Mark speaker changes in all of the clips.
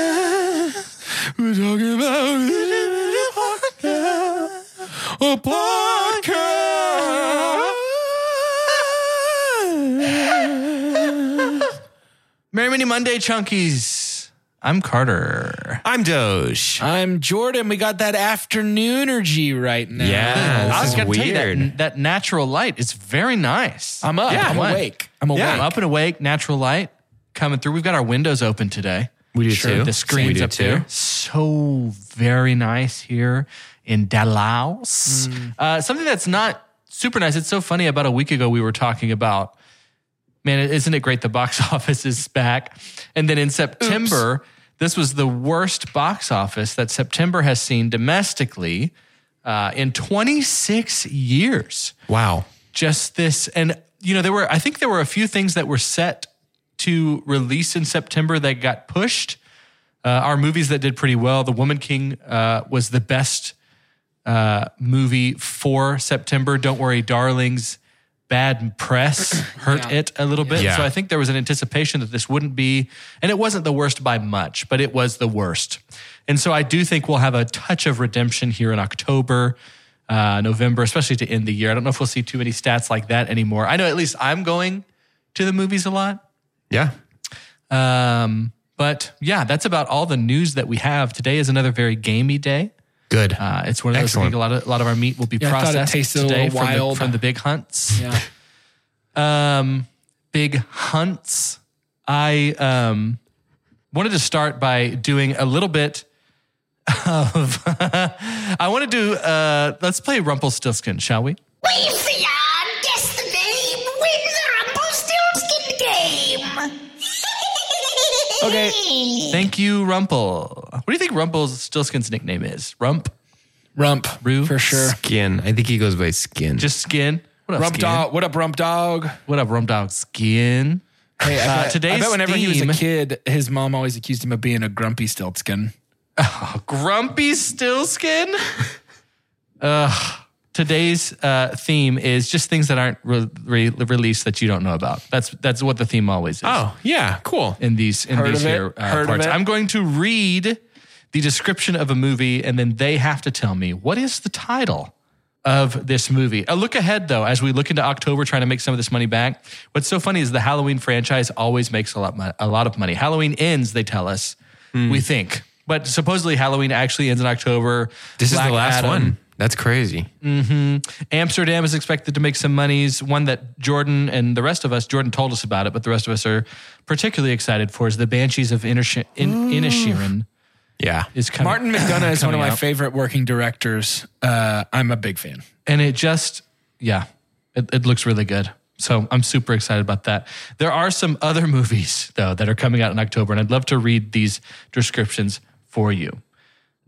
Speaker 1: podcast. We're talking about it. A podcast. Merry Mini Monday, Chunkies. I'm Carter.
Speaker 2: I'm Doge.
Speaker 3: I'm Jordan. We got that afternoonergy right now.
Speaker 2: Yeah.
Speaker 3: I
Speaker 2: This
Speaker 3: was
Speaker 2: is
Speaker 3: gonna-
Speaker 2: weird.
Speaker 1: that, that natural light is very nice.
Speaker 3: I'm up.
Speaker 2: Yeah,
Speaker 3: I'm
Speaker 1: why?
Speaker 3: awake. I'm awake.
Speaker 2: Yeah.
Speaker 1: I'm up and awake, natural light coming through. We've got our windows open today.
Speaker 2: We do too.
Speaker 1: The
Speaker 2: We
Speaker 1: screen's
Speaker 2: do
Speaker 1: up
Speaker 2: too.
Speaker 1: there. So very nice here in Dallas.
Speaker 2: Mm.
Speaker 1: Uh, something that's not super nice. It's so funny. About a week ago, we were talking about, man, isn't it great? The box office is back. And then in September, this was the worst box office that September has seen domestically uh, in 26 years
Speaker 2: Wow.
Speaker 1: just this and you know there were i think there were a few things that were set to release in september that got pushed uh, our movies that did pretty well the woman king uh, was the best uh, movie for september don't worry darlings bad press hurt it a little bit
Speaker 2: Yeah.
Speaker 1: so i think there was an anticipation that this wouldn't be and it wasn't the worst by much but it was the worst and so i do think we'll have a touch of redemption here in october uh, November, especially to end the year. I don't know if we'll see too many stats like that anymore. I know at least I'm going to the movies a lot.
Speaker 2: Yeah.
Speaker 1: Um, but yeah, that's about all the news that we have. Today is another very gamey day.
Speaker 2: Good.
Speaker 1: Uh, it's one of those I
Speaker 2: Excellent.
Speaker 1: think a lot of a lot of our meat will be
Speaker 3: Yeah, I thought it
Speaker 1: processed
Speaker 3: tasted a
Speaker 1: today
Speaker 3: little
Speaker 1: from,
Speaker 3: wild.
Speaker 1: The, from the big hunts.
Speaker 3: Yeah.
Speaker 1: Um, big hunts. I um, wanted to start by doing a little bit of. I want to do. Uh, let's play Rumpelstiltskin, shall we?
Speaker 4: We've the yarn, guess the name, win the Rumpelstiltskin game.
Speaker 3: Okay.
Speaker 1: Thank you, Rumple. What do you think Rumpelstiltskin's nickname is? Rump,
Speaker 3: Rump.
Speaker 1: Roo?
Speaker 3: For sure.
Speaker 2: Skin. I think he goes by skin.
Speaker 1: just skin. What up,
Speaker 3: Rump
Speaker 1: skin?
Speaker 3: dog. Oh, What up, rump dog?
Speaker 1: What up, rump dog? Skin. Uh,
Speaker 3: Hey, I bet,
Speaker 1: today's
Speaker 3: I bet whenever he
Speaker 1: theme-
Speaker 3: was a kid, his mom always accused him of being a grumpy stiltskin.
Speaker 1: Grumpy Stillskin. Ugh. Today's uh, theme is just things that aren't re- re- released that you don't know about. That's that's what the theme always is.
Speaker 2: oh, yeah. Cool.
Speaker 1: in these in
Speaker 3: Heard
Speaker 1: these
Speaker 3: of it?
Speaker 1: here uh,
Speaker 3: Heard of
Speaker 1: parts.
Speaker 3: it?
Speaker 1: I'm going to read the description of a movie, and then they have to tell me what is the title of this movie. A look ahead, though, as we look into October, trying to make some of this money back. What's so funny is the Halloween franchise always makes a lot mon- a lot of money. Halloween ends, they tell us.
Speaker 3: Hmm.
Speaker 1: We think. But supposedly Halloween actually ends in October.
Speaker 2: This is
Speaker 1: Black
Speaker 2: the last
Speaker 1: Adam.
Speaker 2: one. That's crazy.
Speaker 3: Mm.
Speaker 1: Amsterdam is expected to make some monies. One that Jordan and the rest of us, Jordan told us about it, but the rest of us are particularly excited for is the Banshees of Inish- In- Inishirin
Speaker 2: Yeah.
Speaker 1: is coming.
Speaker 3: Martin McDonough is one of
Speaker 1: Coming
Speaker 3: my
Speaker 1: out.
Speaker 3: favorite working directors. Uh, I'm a big fan.
Speaker 1: and it just, yeah, it, it looks really good. So I'm super excited about that. There are some other movies though that are coming out in October, and I'd love to read these descriptions for you.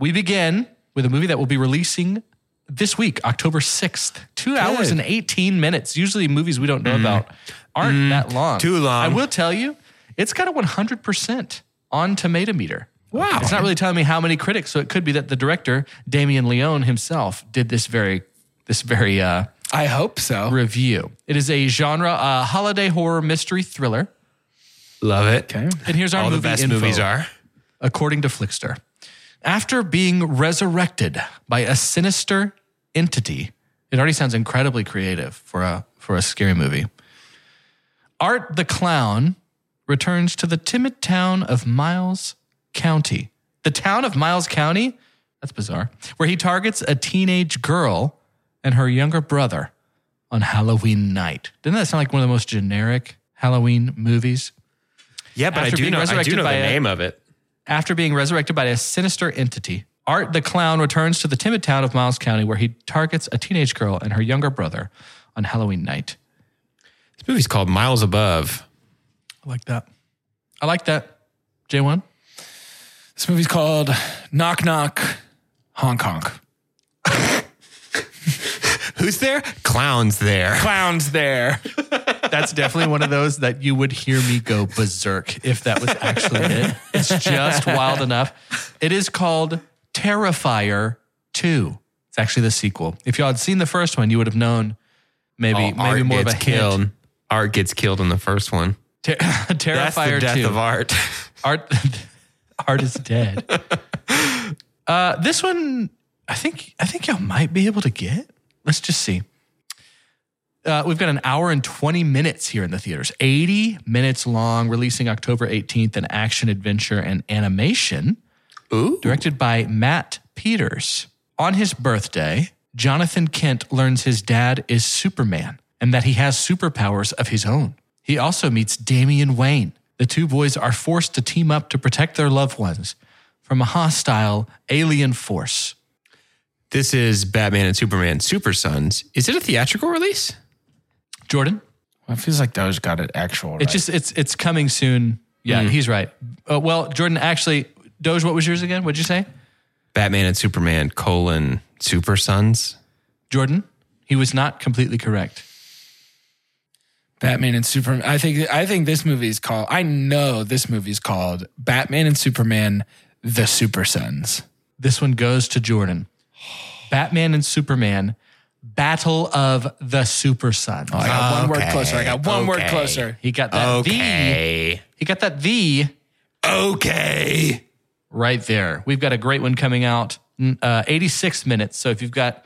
Speaker 1: We begin with a movie that will be releasing this week, October 6th, two hours and 18 minutes. Usually, movies we don't know about aren't that long.
Speaker 2: Mm. Too long.
Speaker 1: I will tell you, it's got a 100% on tomato meter.
Speaker 2: Wow.
Speaker 1: It's not really telling me how many critics, so it could be that the director, Damien Leone himself, did this very, this very, uh,
Speaker 3: I hope so.
Speaker 1: review. It is a genre, uh, holiday horror mystery thriller.
Speaker 2: Love it.
Speaker 3: Okay.
Speaker 1: And here's our
Speaker 2: All the
Speaker 1: movie
Speaker 2: best
Speaker 1: info
Speaker 2: movies are.
Speaker 1: according to Flickster. After being resurrected by a sinister entity, it already sounds incredibly creative for a for a scary movie. Art the clown returns to the timid town of Miles County. The town of Miles County? That's bizarre. Where he targets a teenage girl and her younger brother on Halloween night. Didn't that sound like one of the most generic Halloween movies?
Speaker 2: Yeah, but I
Speaker 1: After
Speaker 2: do
Speaker 1: being
Speaker 2: know. I
Speaker 1: resurrected
Speaker 2: do know the
Speaker 1: by a-
Speaker 2: name of it.
Speaker 1: after being resurrected by a sinister entity, Art the Clown returns to the timid town of Miles County where he targets a teenage girl and her younger brother on Halloween night.
Speaker 2: This movie's called Miles Above.
Speaker 1: I like that. I like that. J1?
Speaker 3: This movie's called Knock Knock Hong Kong.
Speaker 2: Who's there? Clowns there.
Speaker 3: Clowns there.
Speaker 1: That's definitely one of those that you would hear me go berserk if that was actually it. It's just wild enough. It is called Terrifier 2. It's actually the sequel. If y'all had seen the first one, you would have known maybe
Speaker 2: Oh,
Speaker 1: maybe
Speaker 2: Art
Speaker 1: more of a
Speaker 2: gets
Speaker 1: hint.
Speaker 2: killed. Art gets killed in the first one.
Speaker 1: Ter-
Speaker 2: That's the
Speaker 1: Terrifier
Speaker 2: death
Speaker 1: 2.
Speaker 2: of Art.
Speaker 1: Art Heart is dead. Uh, this one, I think, I think y'all might be able to get. Let's just see. Uh, we've got an hour and 20 minutes here in the theaters, 80 minutes long, releasing October 18th, an action adventure and animation
Speaker 2: Ooh.
Speaker 1: directed by Matt Peters. On his birthday, Jonathan Kent learns his dad is Superman and that he has superpowers of his own. He also meets Damian Wayne. The two boys are forced to team up to protect their loved ones from a hostile alien force.
Speaker 2: This is Batman and Superman Super Sons. Is it a theatrical release?
Speaker 1: Jordan,
Speaker 3: Well, it feels like those got it actual. Right?
Speaker 1: it's just it's it's coming soon. Yeah, he's right. Uh, well, Jordan, actually, Doge, what was yours again? What'd you say,
Speaker 2: Batman and Superman colon Super Sons.
Speaker 1: Jordan? He was not completely correct.
Speaker 3: Batman and Superman. I think I think this movie is called. I know this movie is called Batman and Superman: The Super Sons.
Speaker 1: This one goes to Jordan. Batman and Superman, Battle of the Super Sons.
Speaker 3: I got one
Speaker 2: Okay,
Speaker 3: word closer. I got one word
Speaker 2: Oh, okay.
Speaker 3: closer.
Speaker 1: he got that the. He got that the
Speaker 2: Okay.
Speaker 1: right there. We've got a great one coming out, mm, uh, 86 minutes. So if you've got,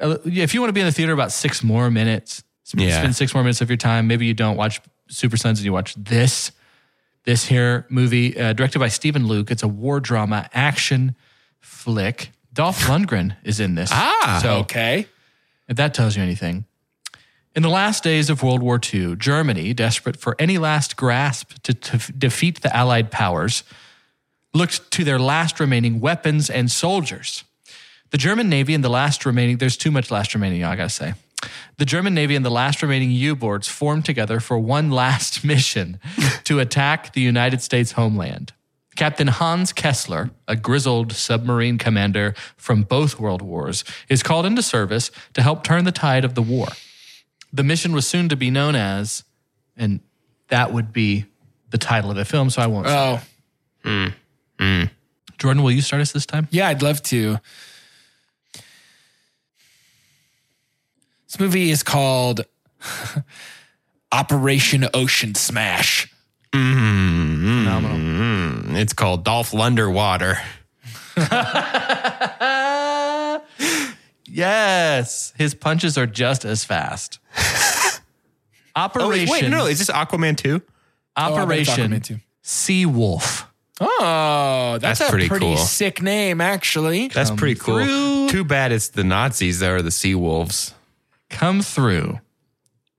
Speaker 1: uh, yeah, if you want to be in the theater about six more minutes, sp-
Speaker 2: Yeah.
Speaker 1: spend six more minutes of your time. Maybe you don't watch Super Sons and you watch this, this here movie uh, directed by Stephen Luke. It's a war drama action flick. Dolph Lundgren is in this.
Speaker 2: Ah,
Speaker 1: so
Speaker 3: Okay.
Speaker 1: if that tells you anything. In the last days of World War II, Germany, desperate for any last grasp to, to defeat the Allied powers, looked to their last remaining weapons and soldiers. The German Navy and the last remaining, there's too much last remaining, I gotta say. The German Navy and the last remaining U boards formed together for one last mission to attack the United States homeland. Captain Hans Kessler, a grizzled submarine commander from both world wars, is called into service to help turn the tide of the war. The mission was soon to be known as, and that would be the title of the film, so I won't. say.
Speaker 3: Oh
Speaker 1: Jordan, will you start us this time?
Speaker 3: yeah, I'd love to. This movie is called Operation Ocean Smash.
Speaker 2: Mm-hmm.
Speaker 1: Phenomenal.
Speaker 2: It's called Dolph Lunder Water.
Speaker 1: yes, his punches are just as fast.
Speaker 2: Oh,
Speaker 1: Operation.
Speaker 2: wait, wait, no, is this Aquaman 2?
Speaker 3: Oh, I bet it's
Speaker 1: Operation
Speaker 3: Aquaman too.
Speaker 1: Sea Wolf.
Speaker 3: Oh, that's,
Speaker 2: That's
Speaker 3: a
Speaker 2: pretty
Speaker 3: pretty,
Speaker 2: cool.
Speaker 3: sick name, actually.
Speaker 2: That's pretty cool.
Speaker 1: through.
Speaker 2: Too bad it's the Nazis that are the sea wolves.
Speaker 1: Come through.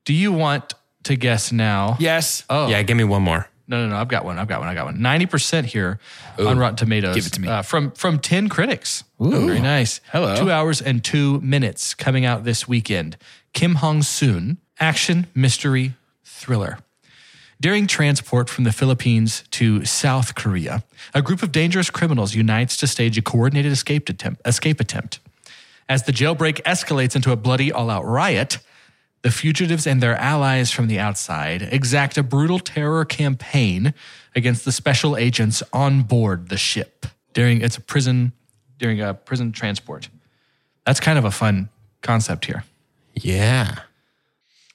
Speaker 1: Do you want to guess now?
Speaker 3: Yes.
Speaker 1: Oh,
Speaker 2: Yeah, give me one more.
Speaker 1: No, no, no. I've got one. I've got one. I got one. Ninety percent here on Rotten Tomatoes.
Speaker 3: Give it to me.
Speaker 1: uh, from from ten critics. Very nice.
Speaker 3: Hello.
Speaker 1: Two hours and two minutes coming out this weekend. Kim Hong Soon action mystery thriller. During transport from the Philippines to South Korea, a group of dangerous criminals unites to stage a coordinated escape attempt. Escape attempt. As the jailbreak escalates into a bloody all out riot, the fugitives and their allies from the outside exact a brutal terror campaign against the special agents on board the ship during its prison during a prison transport. That's kind of a fun concept here.
Speaker 2: Yeah.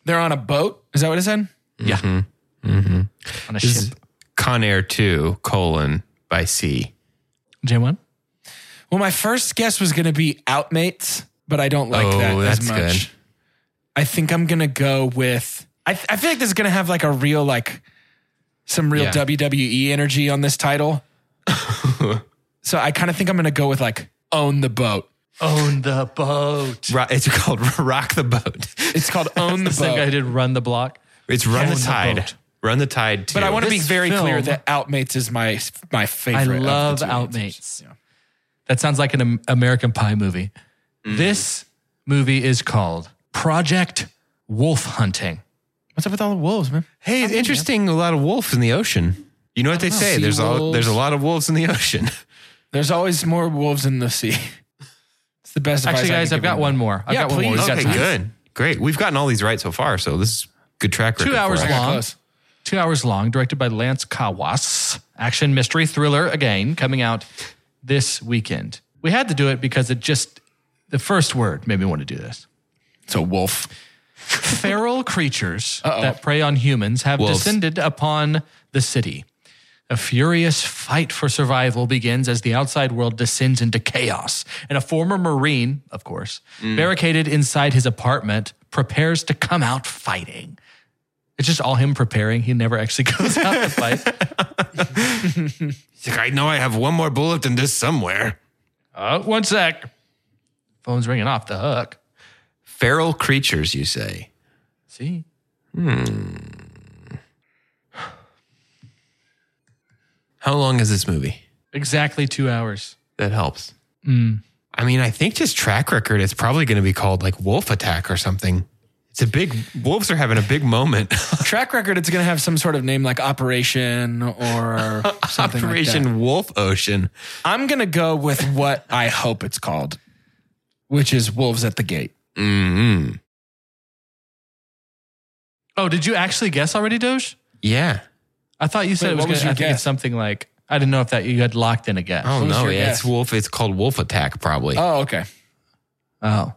Speaker 3: They're on a boat. Is that what it said?
Speaker 1: Yeah. On a ship.
Speaker 2: Con Air 2 colon by sea.
Speaker 1: J1?
Speaker 3: Well, my first guess was going to be Outmates, but I don't like
Speaker 2: Oh,
Speaker 3: that
Speaker 2: that's
Speaker 3: as much.
Speaker 2: good.
Speaker 3: I think I'm going to go with. I, I feel like this is going to have like a real, like, some real
Speaker 2: Yeah.
Speaker 3: WWE energy on this title. so I kind of think I'm going to go with like Own the Boat.
Speaker 1: Own the boat.
Speaker 2: Ro- It's called Rock the Boat.
Speaker 3: It's called Own the
Speaker 1: The same guy who
Speaker 3: Boat.
Speaker 1: did run the block.
Speaker 2: It's Run
Speaker 1: Own
Speaker 2: the
Speaker 1: the
Speaker 2: Tide.
Speaker 1: Boat.
Speaker 2: Run the Tide 2.
Speaker 3: But I want to be
Speaker 1: This
Speaker 3: very clear
Speaker 1: film-
Speaker 3: that Outmates is my my
Speaker 1: I
Speaker 3: favorite. of the
Speaker 1: love
Speaker 3: two answers.
Speaker 1: Outmates. That sounds like an Am- American Pie movie.
Speaker 3: Mm.
Speaker 1: This movie is called Project Wolf Hunting.
Speaker 3: What's up with all the wolves, man?
Speaker 2: Hey, it's interesting. A lot of wolf in the ocean. You know what they say?
Speaker 3: Sea
Speaker 2: There's a,
Speaker 3: wolves.
Speaker 2: there's a lot of wolves in the ocean.
Speaker 3: There's always more wolves in the sea. It's the best. advice
Speaker 1: Actually,
Speaker 3: I
Speaker 1: guys,
Speaker 3: can
Speaker 1: I've
Speaker 3: give
Speaker 1: got
Speaker 3: anyone.
Speaker 1: one more. I've
Speaker 3: Yeah,
Speaker 1: got one more.
Speaker 3: please.
Speaker 1: We've got
Speaker 2: okay,
Speaker 1: time.
Speaker 2: good, great. We've gotten all these right so far, so this is good track record.
Speaker 1: Two
Speaker 2: for
Speaker 1: hours
Speaker 2: us.
Speaker 1: long.
Speaker 3: close.
Speaker 1: Two hours long, directed by Lance Kawas. Action mystery thriller again, coming out this weekend. We had to do it because it just the first word made me want to do this.
Speaker 3: It's a wolf.
Speaker 1: feral creatures that prey on humans have
Speaker 2: Wolves.
Speaker 1: descended upon the city. A furious fight for survival begins as the outside world descends into chaos, and a former Marine, of course, barricaded inside his apartment, prepares to come out fighting. It's just all him preparing. He never actually goes out to fight.
Speaker 2: He's like, I know I have one more bullet than this somewhere.
Speaker 1: Uh, one sec. Phone's ringing off the hook.
Speaker 2: Feral creatures, you say?
Speaker 1: See?
Speaker 2: How long is this movie?
Speaker 1: Exactly two hours.
Speaker 2: That helps. I mean, I think just track record, it's probably going to be called like Wolf Attack or something. It's a big, wolves are having a big moment.
Speaker 3: Track record, it's going to have some sort of name like Operation or something like that.
Speaker 2: Operation Wolf Ocean.
Speaker 3: I'm going to go with what I hope it's called, which is Wolves at the Gate.
Speaker 2: Mm-hmm.
Speaker 1: Oh, did you actually guess already, Doge?
Speaker 2: Yeah.
Speaker 1: I thought you said
Speaker 3: Wait,
Speaker 1: it was,
Speaker 3: what was
Speaker 1: gonna,
Speaker 3: your
Speaker 1: I think it's
Speaker 3: guess?
Speaker 1: something like I didn't know if that you had locked in a guess.
Speaker 2: Oh
Speaker 3: What was
Speaker 2: no,
Speaker 3: your
Speaker 2: yeah,
Speaker 3: guess?
Speaker 2: it's wolf. It's called Wolf Attack, probably.
Speaker 3: Oh, okay.
Speaker 1: Oh.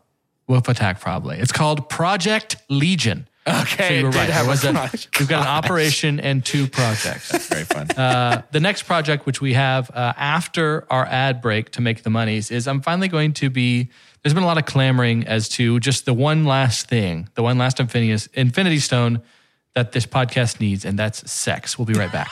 Speaker 1: Wolf Attack probably. It's called Project Legion.
Speaker 3: Okay.
Speaker 1: So you
Speaker 3: it
Speaker 1: were
Speaker 3: did
Speaker 1: right.
Speaker 3: have
Speaker 1: It
Speaker 3: a
Speaker 1: was a-
Speaker 3: crotch.
Speaker 1: we've got an operation and two projects.
Speaker 3: Very fun.
Speaker 1: Uh, the next project, which we have uh, after our ad break to make the monies, is I'm finally going to be. There's been a lot of clamoring as to just the one last thing, the one last Infinity, Infinity Stone that this podcast needs, and that's sex. We'll be right back.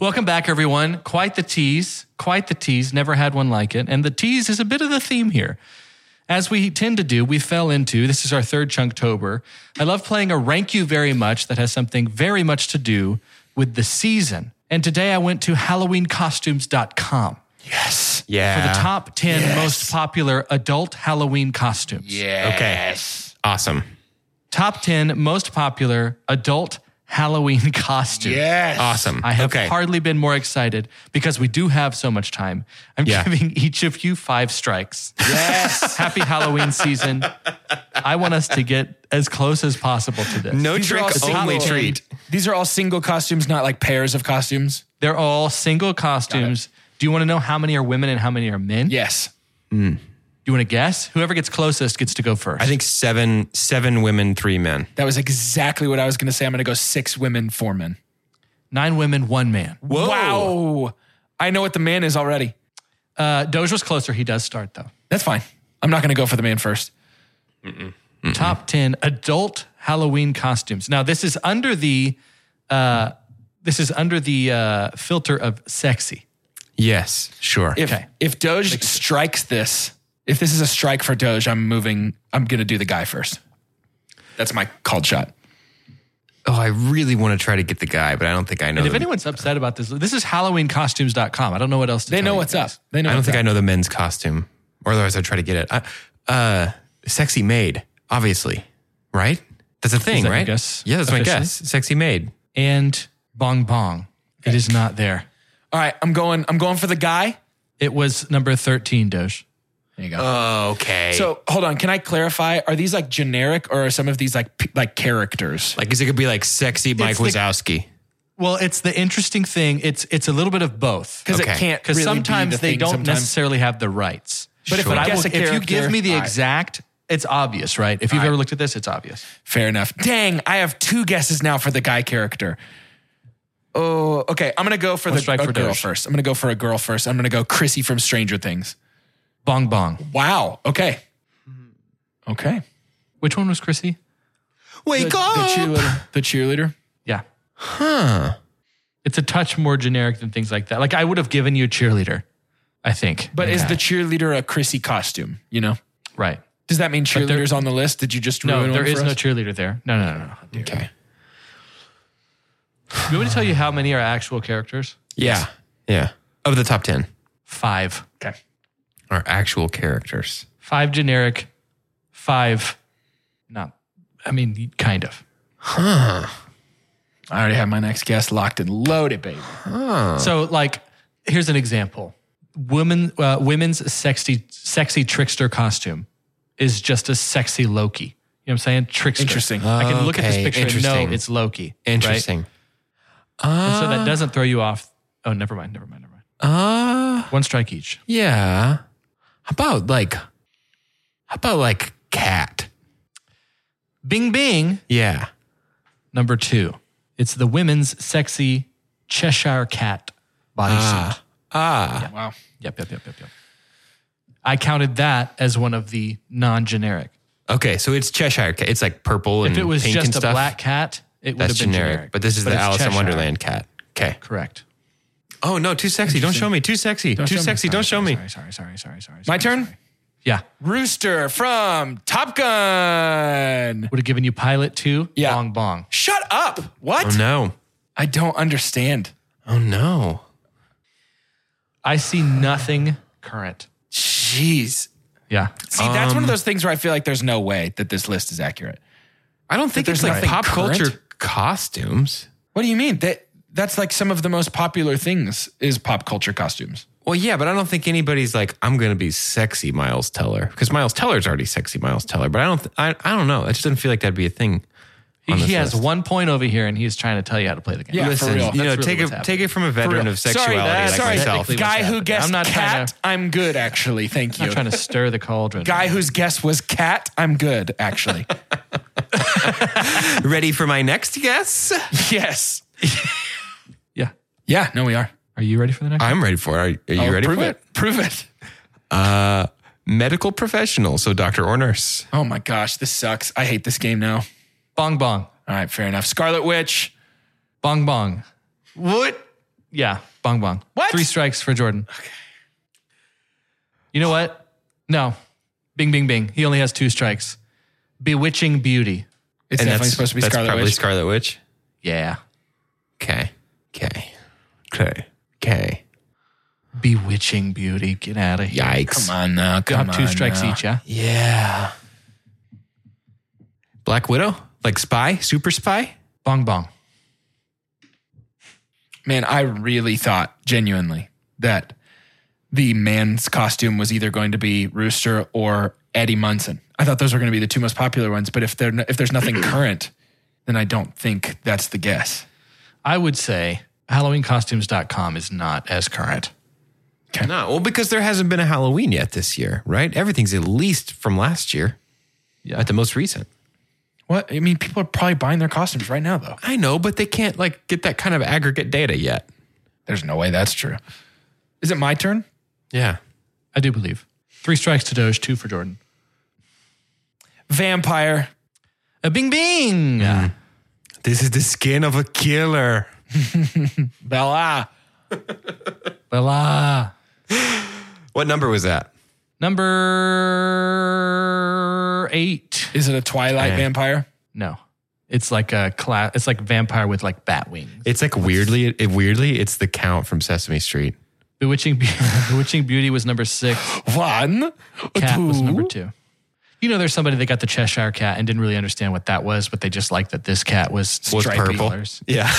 Speaker 1: Welcome back, everyone. Quite the tease, quite the tease. Never had one like it. And the tease is a bit of the theme here. As we tend to do, we fell into this is our third Chunktober. I love playing a rank you very much that has something very much to do with the season. And today I went to HalloweenCostumes.com
Speaker 2: yeah.
Speaker 1: for the top 10 most popular adult Halloween costumes.
Speaker 2: Okay. Awesome.
Speaker 1: Top 10 most popular adult Halloween costumes.
Speaker 3: yes.
Speaker 2: Awesome.
Speaker 1: I have
Speaker 2: okay.
Speaker 1: hardly been more excited because we do have so much time. I'm
Speaker 2: Yeah.
Speaker 1: giving each of you five strikes.
Speaker 3: Yes.
Speaker 1: Happy Halloween season. I want us to get as close as possible to this.
Speaker 2: no
Speaker 3: These are
Speaker 2: trick,
Speaker 3: all single-
Speaker 2: only treat.
Speaker 3: These are all single costumes, not like pairs of costumes.
Speaker 1: They're all single costumes. Do you want to know how many are women and how many are men?
Speaker 3: Yes.
Speaker 1: Do you want to guess? Whoever gets closest gets to go first.
Speaker 2: I think seven, seven women, three men.
Speaker 3: That was exactly what I was going to say. I'm going to go six women, four men.
Speaker 1: nine women, one man.
Speaker 2: Whoa.
Speaker 3: Wow. I know what the man is already.
Speaker 1: Uh, Doge was closer. He does start though.
Speaker 3: That's fine. I'm not going to go for the man first.
Speaker 1: top 10 adult Halloween costumes. Now, this is under the uh, this is under the uh, filter of sexy.
Speaker 2: Yes. Sure.
Speaker 3: If
Speaker 1: Okay.
Speaker 3: if Doge strikes this, if this is a strike for Doge, I'm moving. I'm going to do the guy first. That's my called shot.
Speaker 2: Oh, I really want to try to get the guy, but I don't think I know.
Speaker 1: And if
Speaker 2: the-
Speaker 1: anyone's upset about this, this is HalloweenCostumes.com. I don't know what else to
Speaker 3: They
Speaker 1: tell
Speaker 3: know
Speaker 1: you
Speaker 3: what's
Speaker 1: guys.
Speaker 3: up. They know.
Speaker 2: I don't
Speaker 3: what's
Speaker 2: think I
Speaker 3: up.
Speaker 2: know the men's costume, or otherwise I'd try to get it. I, uh, sexy maid, obviously, right? That's a thing,
Speaker 1: that your
Speaker 2: right?
Speaker 1: guess?
Speaker 2: Yeah, that's my
Speaker 1: Officially?
Speaker 2: guess. Sexy maid.
Speaker 1: And Bong Bong. It is not there.
Speaker 3: All right, I'm going. I'm going for the guy.
Speaker 1: It was number 13, Doge.
Speaker 3: There you go.
Speaker 2: Okay.
Speaker 3: so hold on. Can I clarify? Are these like generic, or are some of these like p- like characters?
Speaker 2: like, is it gonna be like sexy Mike
Speaker 1: the-
Speaker 2: Wazowski?
Speaker 1: Well, it's the interesting thing. It's it's a little bit of both.
Speaker 3: Because
Speaker 2: Okay.
Speaker 3: it can't.
Speaker 1: Because
Speaker 3: Because
Speaker 1: sometimes
Speaker 3: be the
Speaker 1: they
Speaker 3: thing
Speaker 1: don't
Speaker 3: sometimes.
Speaker 1: necessarily have the rights.
Speaker 3: But if
Speaker 2: Sure.
Speaker 3: I
Speaker 1: I
Speaker 3: guess
Speaker 1: will-
Speaker 3: a
Speaker 1: if you
Speaker 3: character-
Speaker 1: give me the
Speaker 3: all right,
Speaker 1: exact, it's obvious, right? If you've ever looked at this, it's obvious.
Speaker 3: fair enough. Dang, I have two guesses now for the guy character. Oh, okay. I'm gonna go for
Speaker 1: One
Speaker 3: the
Speaker 1: strike
Speaker 3: a
Speaker 1: for
Speaker 3: girl
Speaker 1: Doge.
Speaker 3: first. I'm gonna go for a girl first. I'm gonna go Chrissy from Stranger Things.
Speaker 1: Bong Bong.
Speaker 3: Wow. Okay.
Speaker 1: Mm-hmm.
Speaker 3: Okay.
Speaker 1: Which one was Chrissy?
Speaker 2: Wake
Speaker 3: The cheerleader. The cheerleader.
Speaker 1: Yeah.
Speaker 2: Huh.
Speaker 1: It's a touch more generic than things like that. Like I would have given you cheerleader, I think.
Speaker 3: But is the cheerleader a Chrissy costume? You know.
Speaker 1: right.
Speaker 3: Does that mean
Speaker 1: there-
Speaker 3: cheerleaders on the list? Did you just ruin
Speaker 1: No, there
Speaker 3: one
Speaker 1: is
Speaker 3: for
Speaker 1: no
Speaker 3: us?
Speaker 1: cheerleader there. No, no, no, no.
Speaker 3: Okay.
Speaker 1: Do you want me to tell you how many are actual characters?
Speaker 2: Yeah. Yeah. Of the top ten
Speaker 1: Five.
Speaker 3: Okay.
Speaker 2: are actual characters.
Speaker 1: Five generic, five not I mean, kind of.
Speaker 3: I already have my next guest locked and loaded, baby.
Speaker 1: So, like, here's an example: women, uh, women's sexy, sexy trickster costume is just a sexy Loki. You know what I'm saying? Trickster.
Speaker 3: Interesting.
Speaker 1: I can look at this
Speaker 2: Okay,
Speaker 1: picture and know
Speaker 2: interesting.
Speaker 1: it's Loki. right?
Speaker 2: Interesting.
Speaker 1: And so that doesn't throw you off. Oh, never mind. Never mind. Never mind.
Speaker 2: Uh,
Speaker 1: One strike each.
Speaker 2: yeah. How about like, how about like cat?
Speaker 1: Bing, bing.
Speaker 2: Yeah.
Speaker 1: Number two. It's the women's sexy Cheshire cat bodysuit.
Speaker 2: Ah.
Speaker 3: Wow.
Speaker 1: Yep, yep, yep, yep, yep. I counted that as one of the non-generic.
Speaker 2: Okay, so it's Cheshire cat. It's like purple and
Speaker 1: If it was
Speaker 2: Mm, pink
Speaker 1: just a
Speaker 2: and stuff.
Speaker 1: black cat, it would
Speaker 2: That's
Speaker 1: have been
Speaker 2: generic,
Speaker 1: generic.
Speaker 2: but this is the
Speaker 1: it's
Speaker 2: Alice in
Speaker 1: Cheshire.
Speaker 2: Wonderland cat. Okay.
Speaker 1: Correct.
Speaker 2: Oh no, too sexy. Don't show me. Too sexy. too
Speaker 3: show me.
Speaker 2: sexy. Don't show me.
Speaker 1: Sorry, sorry, sorry, sorry, sorry.
Speaker 3: My
Speaker 1: sorry,
Speaker 3: turn?
Speaker 1: sorry. Yeah.
Speaker 3: Rooster from Top Gun.
Speaker 1: Would have given you pilot two.
Speaker 3: Yeah.
Speaker 1: Bong bong.
Speaker 3: Shut up. What?
Speaker 2: Oh no.
Speaker 3: I don't understand.
Speaker 2: Oh no.
Speaker 1: I see nothing current.
Speaker 3: Jeez.
Speaker 1: Yeah.
Speaker 3: See, that's
Speaker 1: Um,
Speaker 3: one of those things where I feel like there's no way that this list is accurate.
Speaker 2: I don't think
Speaker 3: But
Speaker 2: it's
Speaker 3: there's
Speaker 2: like
Speaker 3: nothing
Speaker 2: pop
Speaker 3: current?
Speaker 2: culture costumes.
Speaker 3: What do you mean? That that's like some of the most popular things is pop culture costumes.
Speaker 2: Well, yeah, but I don't think anybody's like I'm going to be sexy Miles Teller because Miles Teller's already sexy Miles Teller. But I don't. Th- I I don't know. It just doesn't feel like that'd be a thing.
Speaker 1: He,
Speaker 2: on this
Speaker 1: he has
Speaker 2: list.
Speaker 1: one point over here, and he's trying to tell you how to play the game.
Speaker 3: Yeah, for
Speaker 2: Listen,
Speaker 3: real.
Speaker 2: you know,
Speaker 1: That's really
Speaker 2: take
Speaker 1: what's
Speaker 2: it
Speaker 1: happening.
Speaker 2: take it from a veteran
Speaker 3: real.
Speaker 2: of sexuality
Speaker 3: Sorry,
Speaker 2: like
Speaker 1: that's
Speaker 2: myself.
Speaker 1: technically
Speaker 3: Guy
Speaker 1: what's
Speaker 3: who
Speaker 1: happening.
Speaker 3: guessed
Speaker 1: I'm not trying
Speaker 3: cat,
Speaker 1: to-
Speaker 3: I'm good actually. Thank
Speaker 1: I'm
Speaker 3: you.
Speaker 1: not trying to stir the cauldron.
Speaker 3: Guy whose guess was cat, I'm good actually.
Speaker 2: Ready for my next guess?
Speaker 3: yes.
Speaker 1: Yeah.
Speaker 3: Yeah, no, we are.
Speaker 1: Are you ready for the next?
Speaker 2: I'm ready for it. Are, are you
Speaker 3: Oh,
Speaker 2: ready
Speaker 3: prove
Speaker 2: for
Speaker 3: it? Prove it.
Speaker 2: Uh, medical professional, so doctor or nurse.
Speaker 3: Oh my gosh, this sucks. I hate this game now.
Speaker 1: bong bong.
Speaker 3: All right, fair enough. Scarlet Witch.
Speaker 1: Bong bong.
Speaker 2: What?
Speaker 1: Yeah. Bong bong.
Speaker 3: What?
Speaker 1: Three strikes for Jordan. Okay. You know what? No. Bing bing bing. He only has two strikes. Bewitching beauty.
Speaker 3: It's definitely supposed to be
Speaker 2: that's
Speaker 3: Scarlet
Speaker 2: probably
Speaker 3: Witch.
Speaker 2: Scarlet Witch.
Speaker 1: Yeah.
Speaker 2: Okay. Okay. Okay. Okay.
Speaker 1: Bewitching beauty. Get out of here.
Speaker 2: Yikes.
Speaker 3: Come on now. Come
Speaker 1: Got two
Speaker 3: on
Speaker 1: strikes
Speaker 3: now.
Speaker 1: each, yeah?
Speaker 2: Yeah. Black Widow? Like spy? Super spy?
Speaker 1: Bong bong.
Speaker 3: Man, I really thought genuinely that the man's costume was either going to be Rooster or Eddie Munson. I thought those were going to be the two most popular ones, but if, they're, no- if there's nothing current, then I don't think that's the guess.
Speaker 1: I would say HalloweenCostumes.com is not as current.
Speaker 2: No. Well, because there hasn't been a Halloween yet this year, right? Everything's at least from last year. Yeah. At the most recent.
Speaker 3: What? I mean, people are probably buying their costumes right now, though.
Speaker 2: I know, but they can't like get that kind of aggregate data yet.
Speaker 3: There's no way that's true. Is it my turn?
Speaker 2: Yeah.
Speaker 1: I do believe. Three strikes to Doge, two for Jordan.
Speaker 3: Vampire.
Speaker 1: A bing bing.
Speaker 2: This is the skin of a killer.
Speaker 3: Bella.
Speaker 1: Voila.
Speaker 2: What number was that?
Speaker 1: Number eight. Eh.
Speaker 3: Is it a Twilight vampire?
Speaker 1: No. It's like a cla- It's like vampire with like bat wings.
Speaker 2: It's like weirdly, it, weirdly, it's the count from Sesame Street.
Speaker 1: Bewitching, Be- Bewitching Beauty was number six.
Speaker 3: One,
Speaker 1: Cat was number
Speaker 3: two.
Speaker 1: two. You know, there's somebody that got the Cheshire Cat and didn't really understand what that was, but they just liked that this cat was
Speaker 2: Was
Speaker 1: stripy
Speaker 2: purple.
Speaker 1: colors.
Speaker 2: Yeah.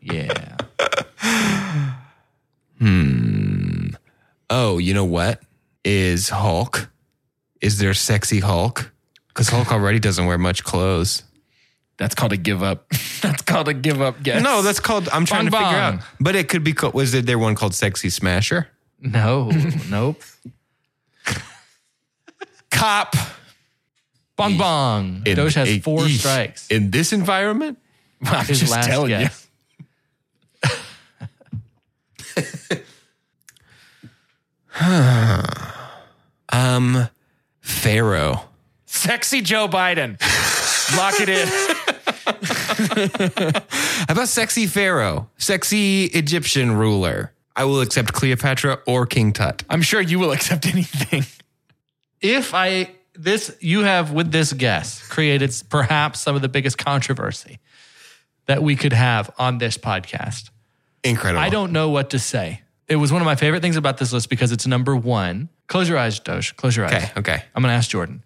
Speaker 1: Yeah.
Speaker 2: Oh, you know what is Hulk? Is there sexy Hulk? Because Hulk already doesn't wear much clothes.
Speaker 3: That's called a give up. That's called a give up guess.
Speaker 2: No, that's called. I'm trying
Speaker 1: Bong
Speaker 2: to figure
Speaker 1: bong.
Speaker 2: out. But it could be. Called, was there one called Sexy Smasher?
Speaker 1: No. nope.
Speaker 2: Cop.
Speaker 1: Bong bong.
Speaker 2: In-
Speaker 1: Doge has
Speaker 2: in-
Speaker 1: four
Speaker 2: eesh.
Speaker 1: strikes.
Speaker 2: in this environment.
Speaker 3: I'm
Speaker 1: His
Speaker 3: just
Speaker 1: last
Speaker 3: telling
Speaker 1: guess.
Speaker 2: Um, Pharaoh.
Speaker 3: you. Sexy Joe Biden. Lock it in.
Speaker 2: How about sexy Pharaoh, sexy Egyptian ruler? I will accept Cleopatra or King Tut.
Speaker 3: I'm sure you will accept anything.
Speaker 1: If I this you have with this guess created s- perhaps some of the biggest controversy that we could have on this podcast.
Speaker 2: Incredible.
Speaker 1: I don't know what to say. It was one of my favorite things about this list because it's number one. Close your eyes, Doge. Close your
Speaker 2: Okay.
Speaker 1: eyes.
Speaker 2: Okay.
Speaker 1: I'm gonna ask Jordan.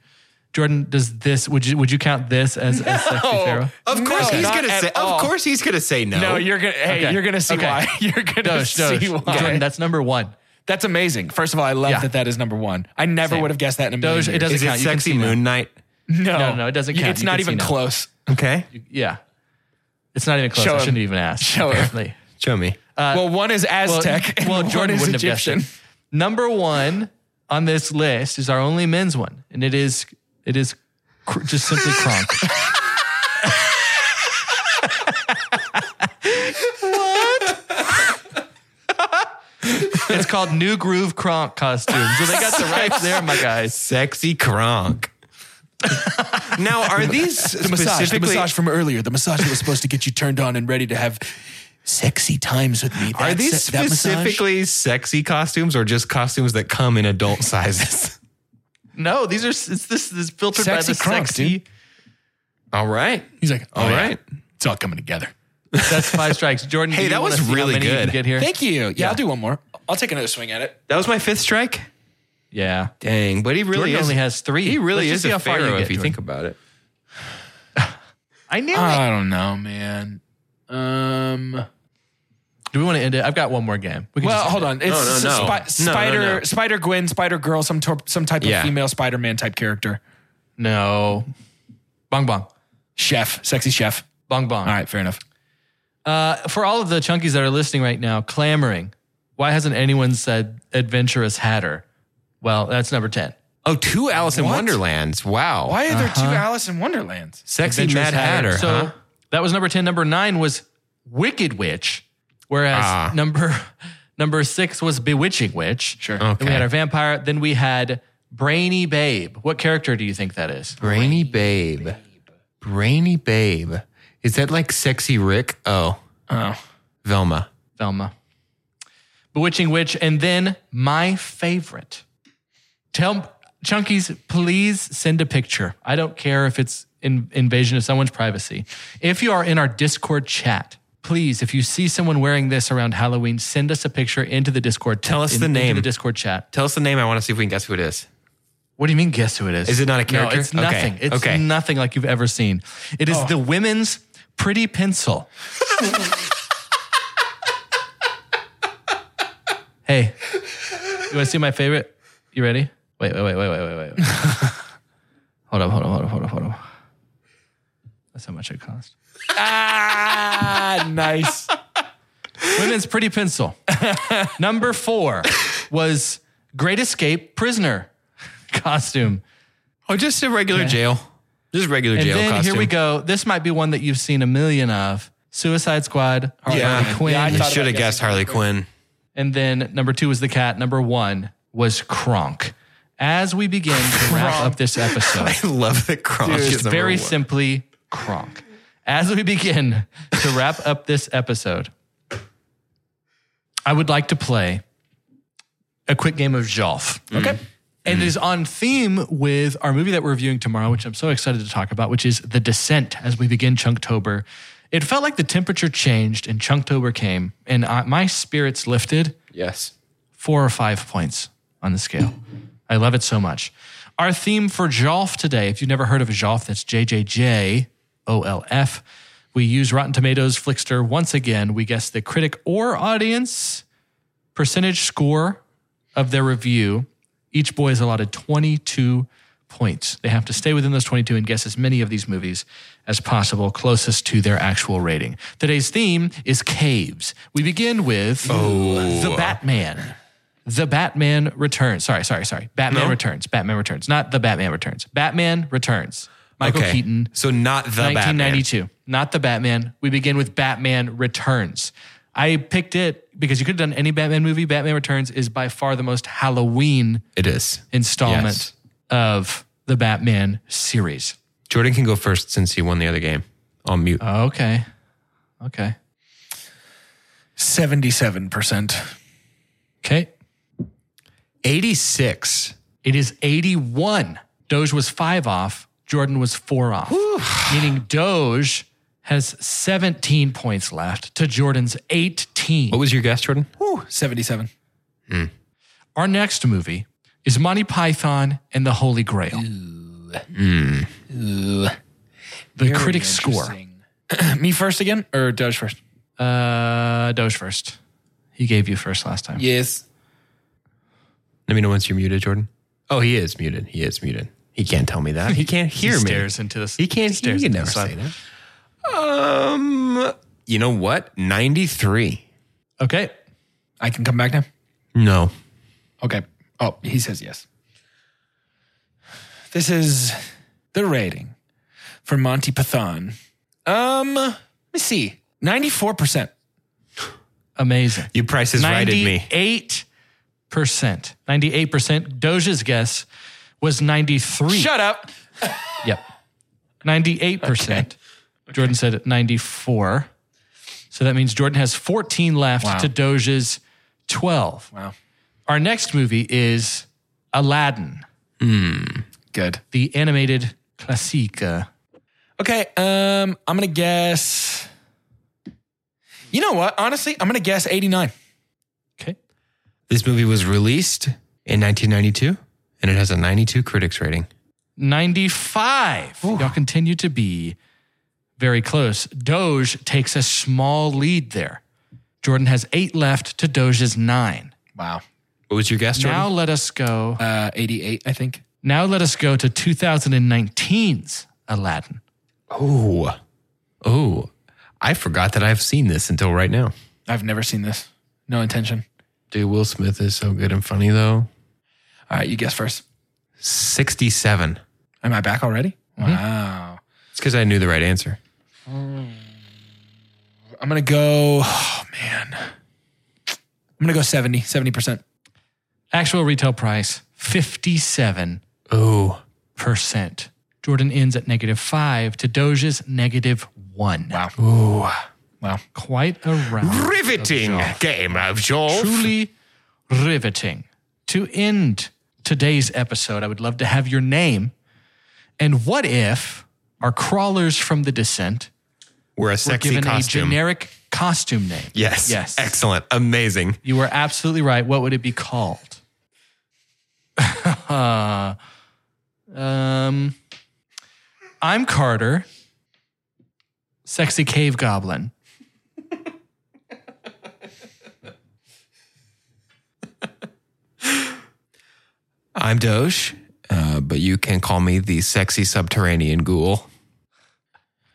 Speaker 1: Jordan, does this would you would you count this as, as sexy pharaoh? Oh.
Speaker 2: Of course
Speaker 3: No,
Speaker 2: he's
Speaker 3: not
Speaker 2: gonna
Speaker 3: at
Speaker 2: say.
Speaker 3: all.
Speaker 2: Of course he's gonna say no.
Speaker 3: No, you're gonna. Hey,
Speaker 1: Okay.
Speaker 3: you're gonna see
Speaker 1: Okay.
Speaker 3: why. You're gonna
Speaker 1: Doge,
Speaker 3: see
Speaker 1: Doge.
Speaker 3: why.
Speaker 1: Jordan, that's number one.
Speaker 3: That's amazing. First of all, I love
Speaker 1: Yeah.
Speaker 3: that that is number one. I never
Speaker 1: Same.
Speaker 3: would have guessed that in a million
Speaker 1: Doge, it
Speaker 3: years.
Speaker 1: doesn't
Speaker 2: Is it
Speaker 1: count. You can
Speaker 2: sexy
Speaker 1: see now.
Speaker 2: Moon Knight?
Speaker 3: No,
Speaker 1: No, no, it doesn't
Speaker 3: You-
Speaker 1: count.
Speaker 3: It's
Speaker 1: You
Speaker 3: not
Speaker 1: can see
Speaker 3: even
Speaker 1: now.
Speaker 3: close.
Speaker 2: Okay.
Speaker 1: Yeah. It's not even close.
Speaker 3: Show
Speaker 1: I
Speaker 3: him.
Speaker 1: shouldn't even ask.
Speaker 3: Show him.
Speaker 1: apparently.
Speaker 2: Show me.
Speaker 3: well, one is
Speaker 1: Uh, Well,
Speaker 3: Aztec. and
Speaker 1: well,
Speaker 3: one
Speaker 1: Jordan
Speaker 3: is
Speaker 1: wouldn't
Speaker 3: Egyptian.
Speaker 1: have guessed it. Number one on this list is our only men's one, and it is it is cr- just simply Kronk. what? it's called New Groove Kronk costumes. So they got the rights there, my guys.
Speaker 2: Sexy Kronk. now, are these
Speaker 3: The massage, the
Speaker 2: specifically?
Speaker 3: massage from earlier, the massage that was supposed to get you turned on and ready to have sexy times with me.
Speaker 2: are
Speaker 3: That
Speaker 2: these
Speaker 3: se- that massage?
Speaker 2: specifically sexy costumes or just costumes that come in adult sizes?
Speaker 1: No, these are it's this is filtered by
Speaker 3: Sexy
Speaker 1: the
Speaker 3: Kronk,
Speaker 1: sexy.
Speaker 2: All right.
Speaker 3: He's like, all
Speaker 2: All
Speaker 3: right,
Speaker 2: right.
Speaker 3: it's all coming together.
Speaker 1: That's five strikes. Jordan,
Speaker 2: Hey,
Speaker 1: do you
Speaker 2: that
Speaker 1: wanna
Speaker 2: was
Speaker 1: see how
Speaker 2: really
Speaker 1: many you can
Speaker 2: good.
Speaker 1: Get here.
Speaker 3: Thank you. Yeah, I'll do one more. I'll take another swing at it.
Speaker 2: That was my fifth strike.
Speaker 1: yeah.
Speaker 2: Dang, but he really
Speaker 1: Jordan
Speaker 2: is.
Speaker 1: only has three.
Speaker 2: he really
Speaker 1: Let's
Speaker 2: is
Speaker 1: just see
Speaker 2: a
Speaker 1: how far you
Speaker 2: pharaoh
Speaker 1: get,
Speaker 2: if you
Speaker 1: Jordan.
Speaker 2: think about it.
Speaker 1: I knew it.
Speaker 3: I don't know, man. Um.
Speaker 1: Do we want to end it? I've got one more game. We can
Speaker 3: Well,
Speaker 1: just
Speaker 3: hold on. It's
Speaker 2: no,
Speaker 3: s-
Speaker 2: no.
Speaker 3: Spi-
Speaker 2: No, no,
Speaker 3: Spider
Speaker 2: no.
Speaker 3: Spider Gwen, Spider Girl, some tor- some type
Speaker 2: Yeah.
Speaker 3: of female Spider Man type character.
Speaker 1: no. Bong bong.
Speaker 3: Chef, sexy chef.
Speaker 1: Bong bong.
Speaker 3: All right, fair enough.
Speaker 1: Uh, for all of the chunkies that are listening right now, clamoring, why hasn't anyone said adventurous hatter? Well, that's number 10.
Speaker 2: Oh, two Alice in
Speaker 3: What?
Speaker 2: Wonderlands. Wow.
Speaker 3: Why are there
Speaker 2: Uh-huh.
Speaker 3: two Alice in Wonderlands?
Speaker 2: Sexy
Speaker 1: Adventurous
Speaker 2: Mad Hatter.
Speaker 1: So
Speaker 2: huh?
Speaker 1: that was number 10. Number nine was Wicked Witch, whereas
Speaker 2: Ah.
Speaker 1: number number six was Bewitching Witch. Sure. Then we
Speaker 2: Okay.
Speaker 1: had our vampire. Then we had Brainy Babe. What character do you think that is?
Speaker 2: Brainy Babe. Brainy Babe. Is that like Sexy Rick? Oh,
Speaker 3: Oh,
Speaker 2: Velma.
Speaker 1: Velma. Bewitching Witch, and then my favorite. Tell Chunkies, please send a picture. I don't care if it's in, invasion of someone's privacy. If you are in our Discord chat, please, if you see someone wearing this around Halloween, send us a picture into the Discord.
Speaker 2: Tell us the
Speaker 1: in- into
Speaker 2: name.
Speaker 1: the Discord chat.
Speaker 2: Tell us the name. I want to see if we can guess who it is.
Speaker 1: What do you mean? Guess who it is?
Speaker 2: Is it not a character?
Speaker 1: No, it's
Speaker 2: Okay.
Speaker 1: nothing. It's
Speaker 2: Okay. Oh.
Speaker 1: nothing like you've ever seen. It is the women's pretty pencil. hey, you want to see my favorite? You ready? Wait, wait, wait, wait, wait, wait, wait. hold up, hold up, hold up, hold up, hold up. That's how much it cost.
Speaker 3: ah, nice.
Speaker 1: Women's pretty pencil. Number four was Great Escape prisoner costume.
Speaker 2: Oh, just a regular jail. Just regular
Speaker 1: And
Speaker 2: jail
Speaker 1: then
Speaker 2: costume.
Speaker 1: here we go. This might be one that you've seen a million of. Suicide Squad, Harley
Speaker 2: Yeah.
Speaker 1: Quinn.
Speaker 3: Yeah, I
Speaker 2: You
Speaker 3: thought
Speaker 2: should
Speaker 3: about
Speaker 2: have guessed Harley Quinn.
Speaker 1: and then number two was the cat. Number one was Kronk. As we begin to wrap up this episode,
Speaker 2: I love that Kronk is
Speaker 1: just
Speaker 2: number
Speaker 1: very
Speaker 2: one.
Speaker 1: simply Kronk. As we begin to wrap up this episode, I would like to play a quick game of Jolf.
Speaker 3: Okay.
Speaker 1: and it is on theme with our movie that we're reviewing tomorrow, which I'm so excited to talk about, which is The Descent as we begin Chunktober. It felt like the temperature changed and Chunktober came, and I, my spirits lifted
Speaker 2: Yes.
Speaker 1: four or five points on the scale. I love it so much. Our theme for Jolf today, if you've never heard of Jolf, that's JJJ OLF. We use Rotten Tomatoes, Flickster. Once again, we guess the critic or audience percentage score of their review. Each boy is allotted 22 points. They have to stay within those 22 and guess as many of these movies as possible closest to their actual rating. Today's theme is caves. We begin with The Batman. The Batman Returns. Sorry, sorry, sorry. Batman Returns. Batman Returns. Not The Batman Returns. Batman Returns. Michael
Speaker 2: okay.
Speaker 1: Keaton,
Speaker 2: So not the Batman.
Speaker 1: 1992. Not the Batman. We begin with Batman Returns. I picked it because you could have done any Batman movie. Batman Returns is by far the most Halloween
Speaker 2: It is.
Speaker 1: installment
Speaker 2: Yes.
Speaker 1: of the Batman series.
Speaker 2: Jordan can go first since he won the other game. On mute.
Speaker 1: Okay. Okay.
Speaker 3: 77%.
Speaker 1: Okay.
Speaker 2: 86.
Speaker 1: It is 81. Doge was five off. Jordan was four off. Meaning Doge has 17 points left to Jordan's 18.
Speaker 2: What was your guess, Jordan?
Speaker 3: Whew, 77.
Speaker 1: Our next movie is Monty Python and the Holy Grail. The critic score.
Speaker 3: Me first again or Doge first?
Speaker 1: Uh, Doge first. He gave you first last time.
Speaker 3: Yes.
Speaker 2: Let me know once you're muted, Jordan. Oh, he is muted. He is muted. He can't tell me that. He can't hear me.
Speaker 1: stares into the-
Speaker 2: He can't.
Speaker 1: stares
Speaker 2: he can
Speaker 1: into
Speaker 2: never
Speaker 1: the
Speaker 2: say
Speaker 1: sun.
Speaker 2: that. Um, you know what? Ninety three.
Speaker 1: Okay.
Speaker 3: I can come back now?
Speaker 2: No,
Speaker 3: Okay. Oh, he says yes. This is the rating for Monty Python. Um, let me see. 94%.
Speaker 1: Amazing.
Speaker 2: you prices righted me.
Speaker 1: 98%. 98%. Doge's guess was 93.
Speaker 3: Shut up.
Speaker 1: Yep. 98%. Jordan said at 94. So that means Jordan has 14 left to Doge's 12.
Speaker 3: Wow.
Speaker 1: Our next movie is Aladdin,
Speaker 3: Good.
Speaker 1: the animated classica.
Speaker 3: Okay. Um, I'm going to guess. You know what? Honestly, I'm going to guess 89.
Speaker 1: Okay.
Speaker 2: This movie was released in 1992, and it has a 92 critics rating.
Speaker 1: 95. Y'all continue to be very close. Doge takes a small lead there. Jordan has eight left to Doge's nine.
Speaker 3: Wow.
Speaker 2: What was your guess, Jordan?
Speaker 1: Now let us go.
Speaker 3: Uh, 88, I think.
Speaker 1: Now let us go to 2019's Aladdin.
Speaker 2: oh, oh, I forgot that I've seen this until right now.
Speaker 3: I've never seen this. No intention.
Speaker 2: Dude, Will Smith is so good and funny though.
Speaker 3: All right, you guess first.
Speaker 2: 67.
Speaker 3: Am I back already? Wow.
Speaker 2: It's because I knew the right answer.
Speaker 3: I'm going to go, oh, man. I'm going to go 70, 70%.
Speaker 1: Actual retail price 57%.
Speaker 2: Oh,
Speaker 1: Jordan ends at negative five to Doge's negative one. Wow.
Speaker 3: Wow.
Speaker 1: Quite a round.
Speaker 2: riveting game of Joel.
Speaker 1: truly riveting. To end today's episode, I would love to have your name. And what if our crawlers from the descent
Speaker 2: We're a
Speaker 1: were
Speaker 2: sexy
Speaker 1: given
Speaker 2: costume.
Speaker 1: a generic costume name?
Speaker 2: yes.
Speaker 1: Yes.
Speaker 2: Excellent. Amazing.
Speaker 1: You were absolutely right. What would it be called? um, I'm Carter, sexy cave goblin.
Speaker 2: I'm Doge, uh, but you can call me the sexy subterranean ghoul.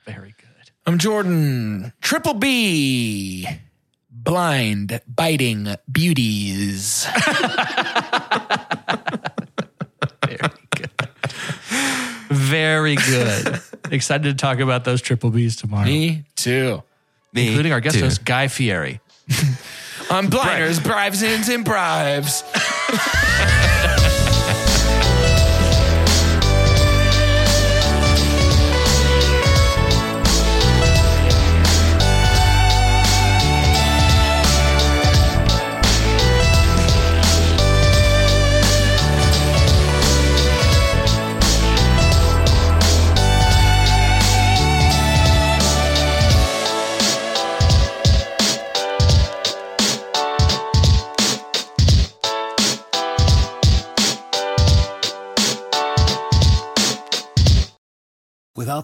Speaker 1: Very good.
Speaker 3: I'm Jordan. Triple B. Blind, biting beauties.
Speaker 1: Very good. Excited to talk about those triple B's tomorrow,
Speaker 3: Me too.
Speaker 2: Me
Speaker 1: including our guest
Speaker 2: too.
Speaker 1: host, Guy Fieri.
Speaker 3: I'm blinders, bribes, ins, and bribes.
Speaker 5: Without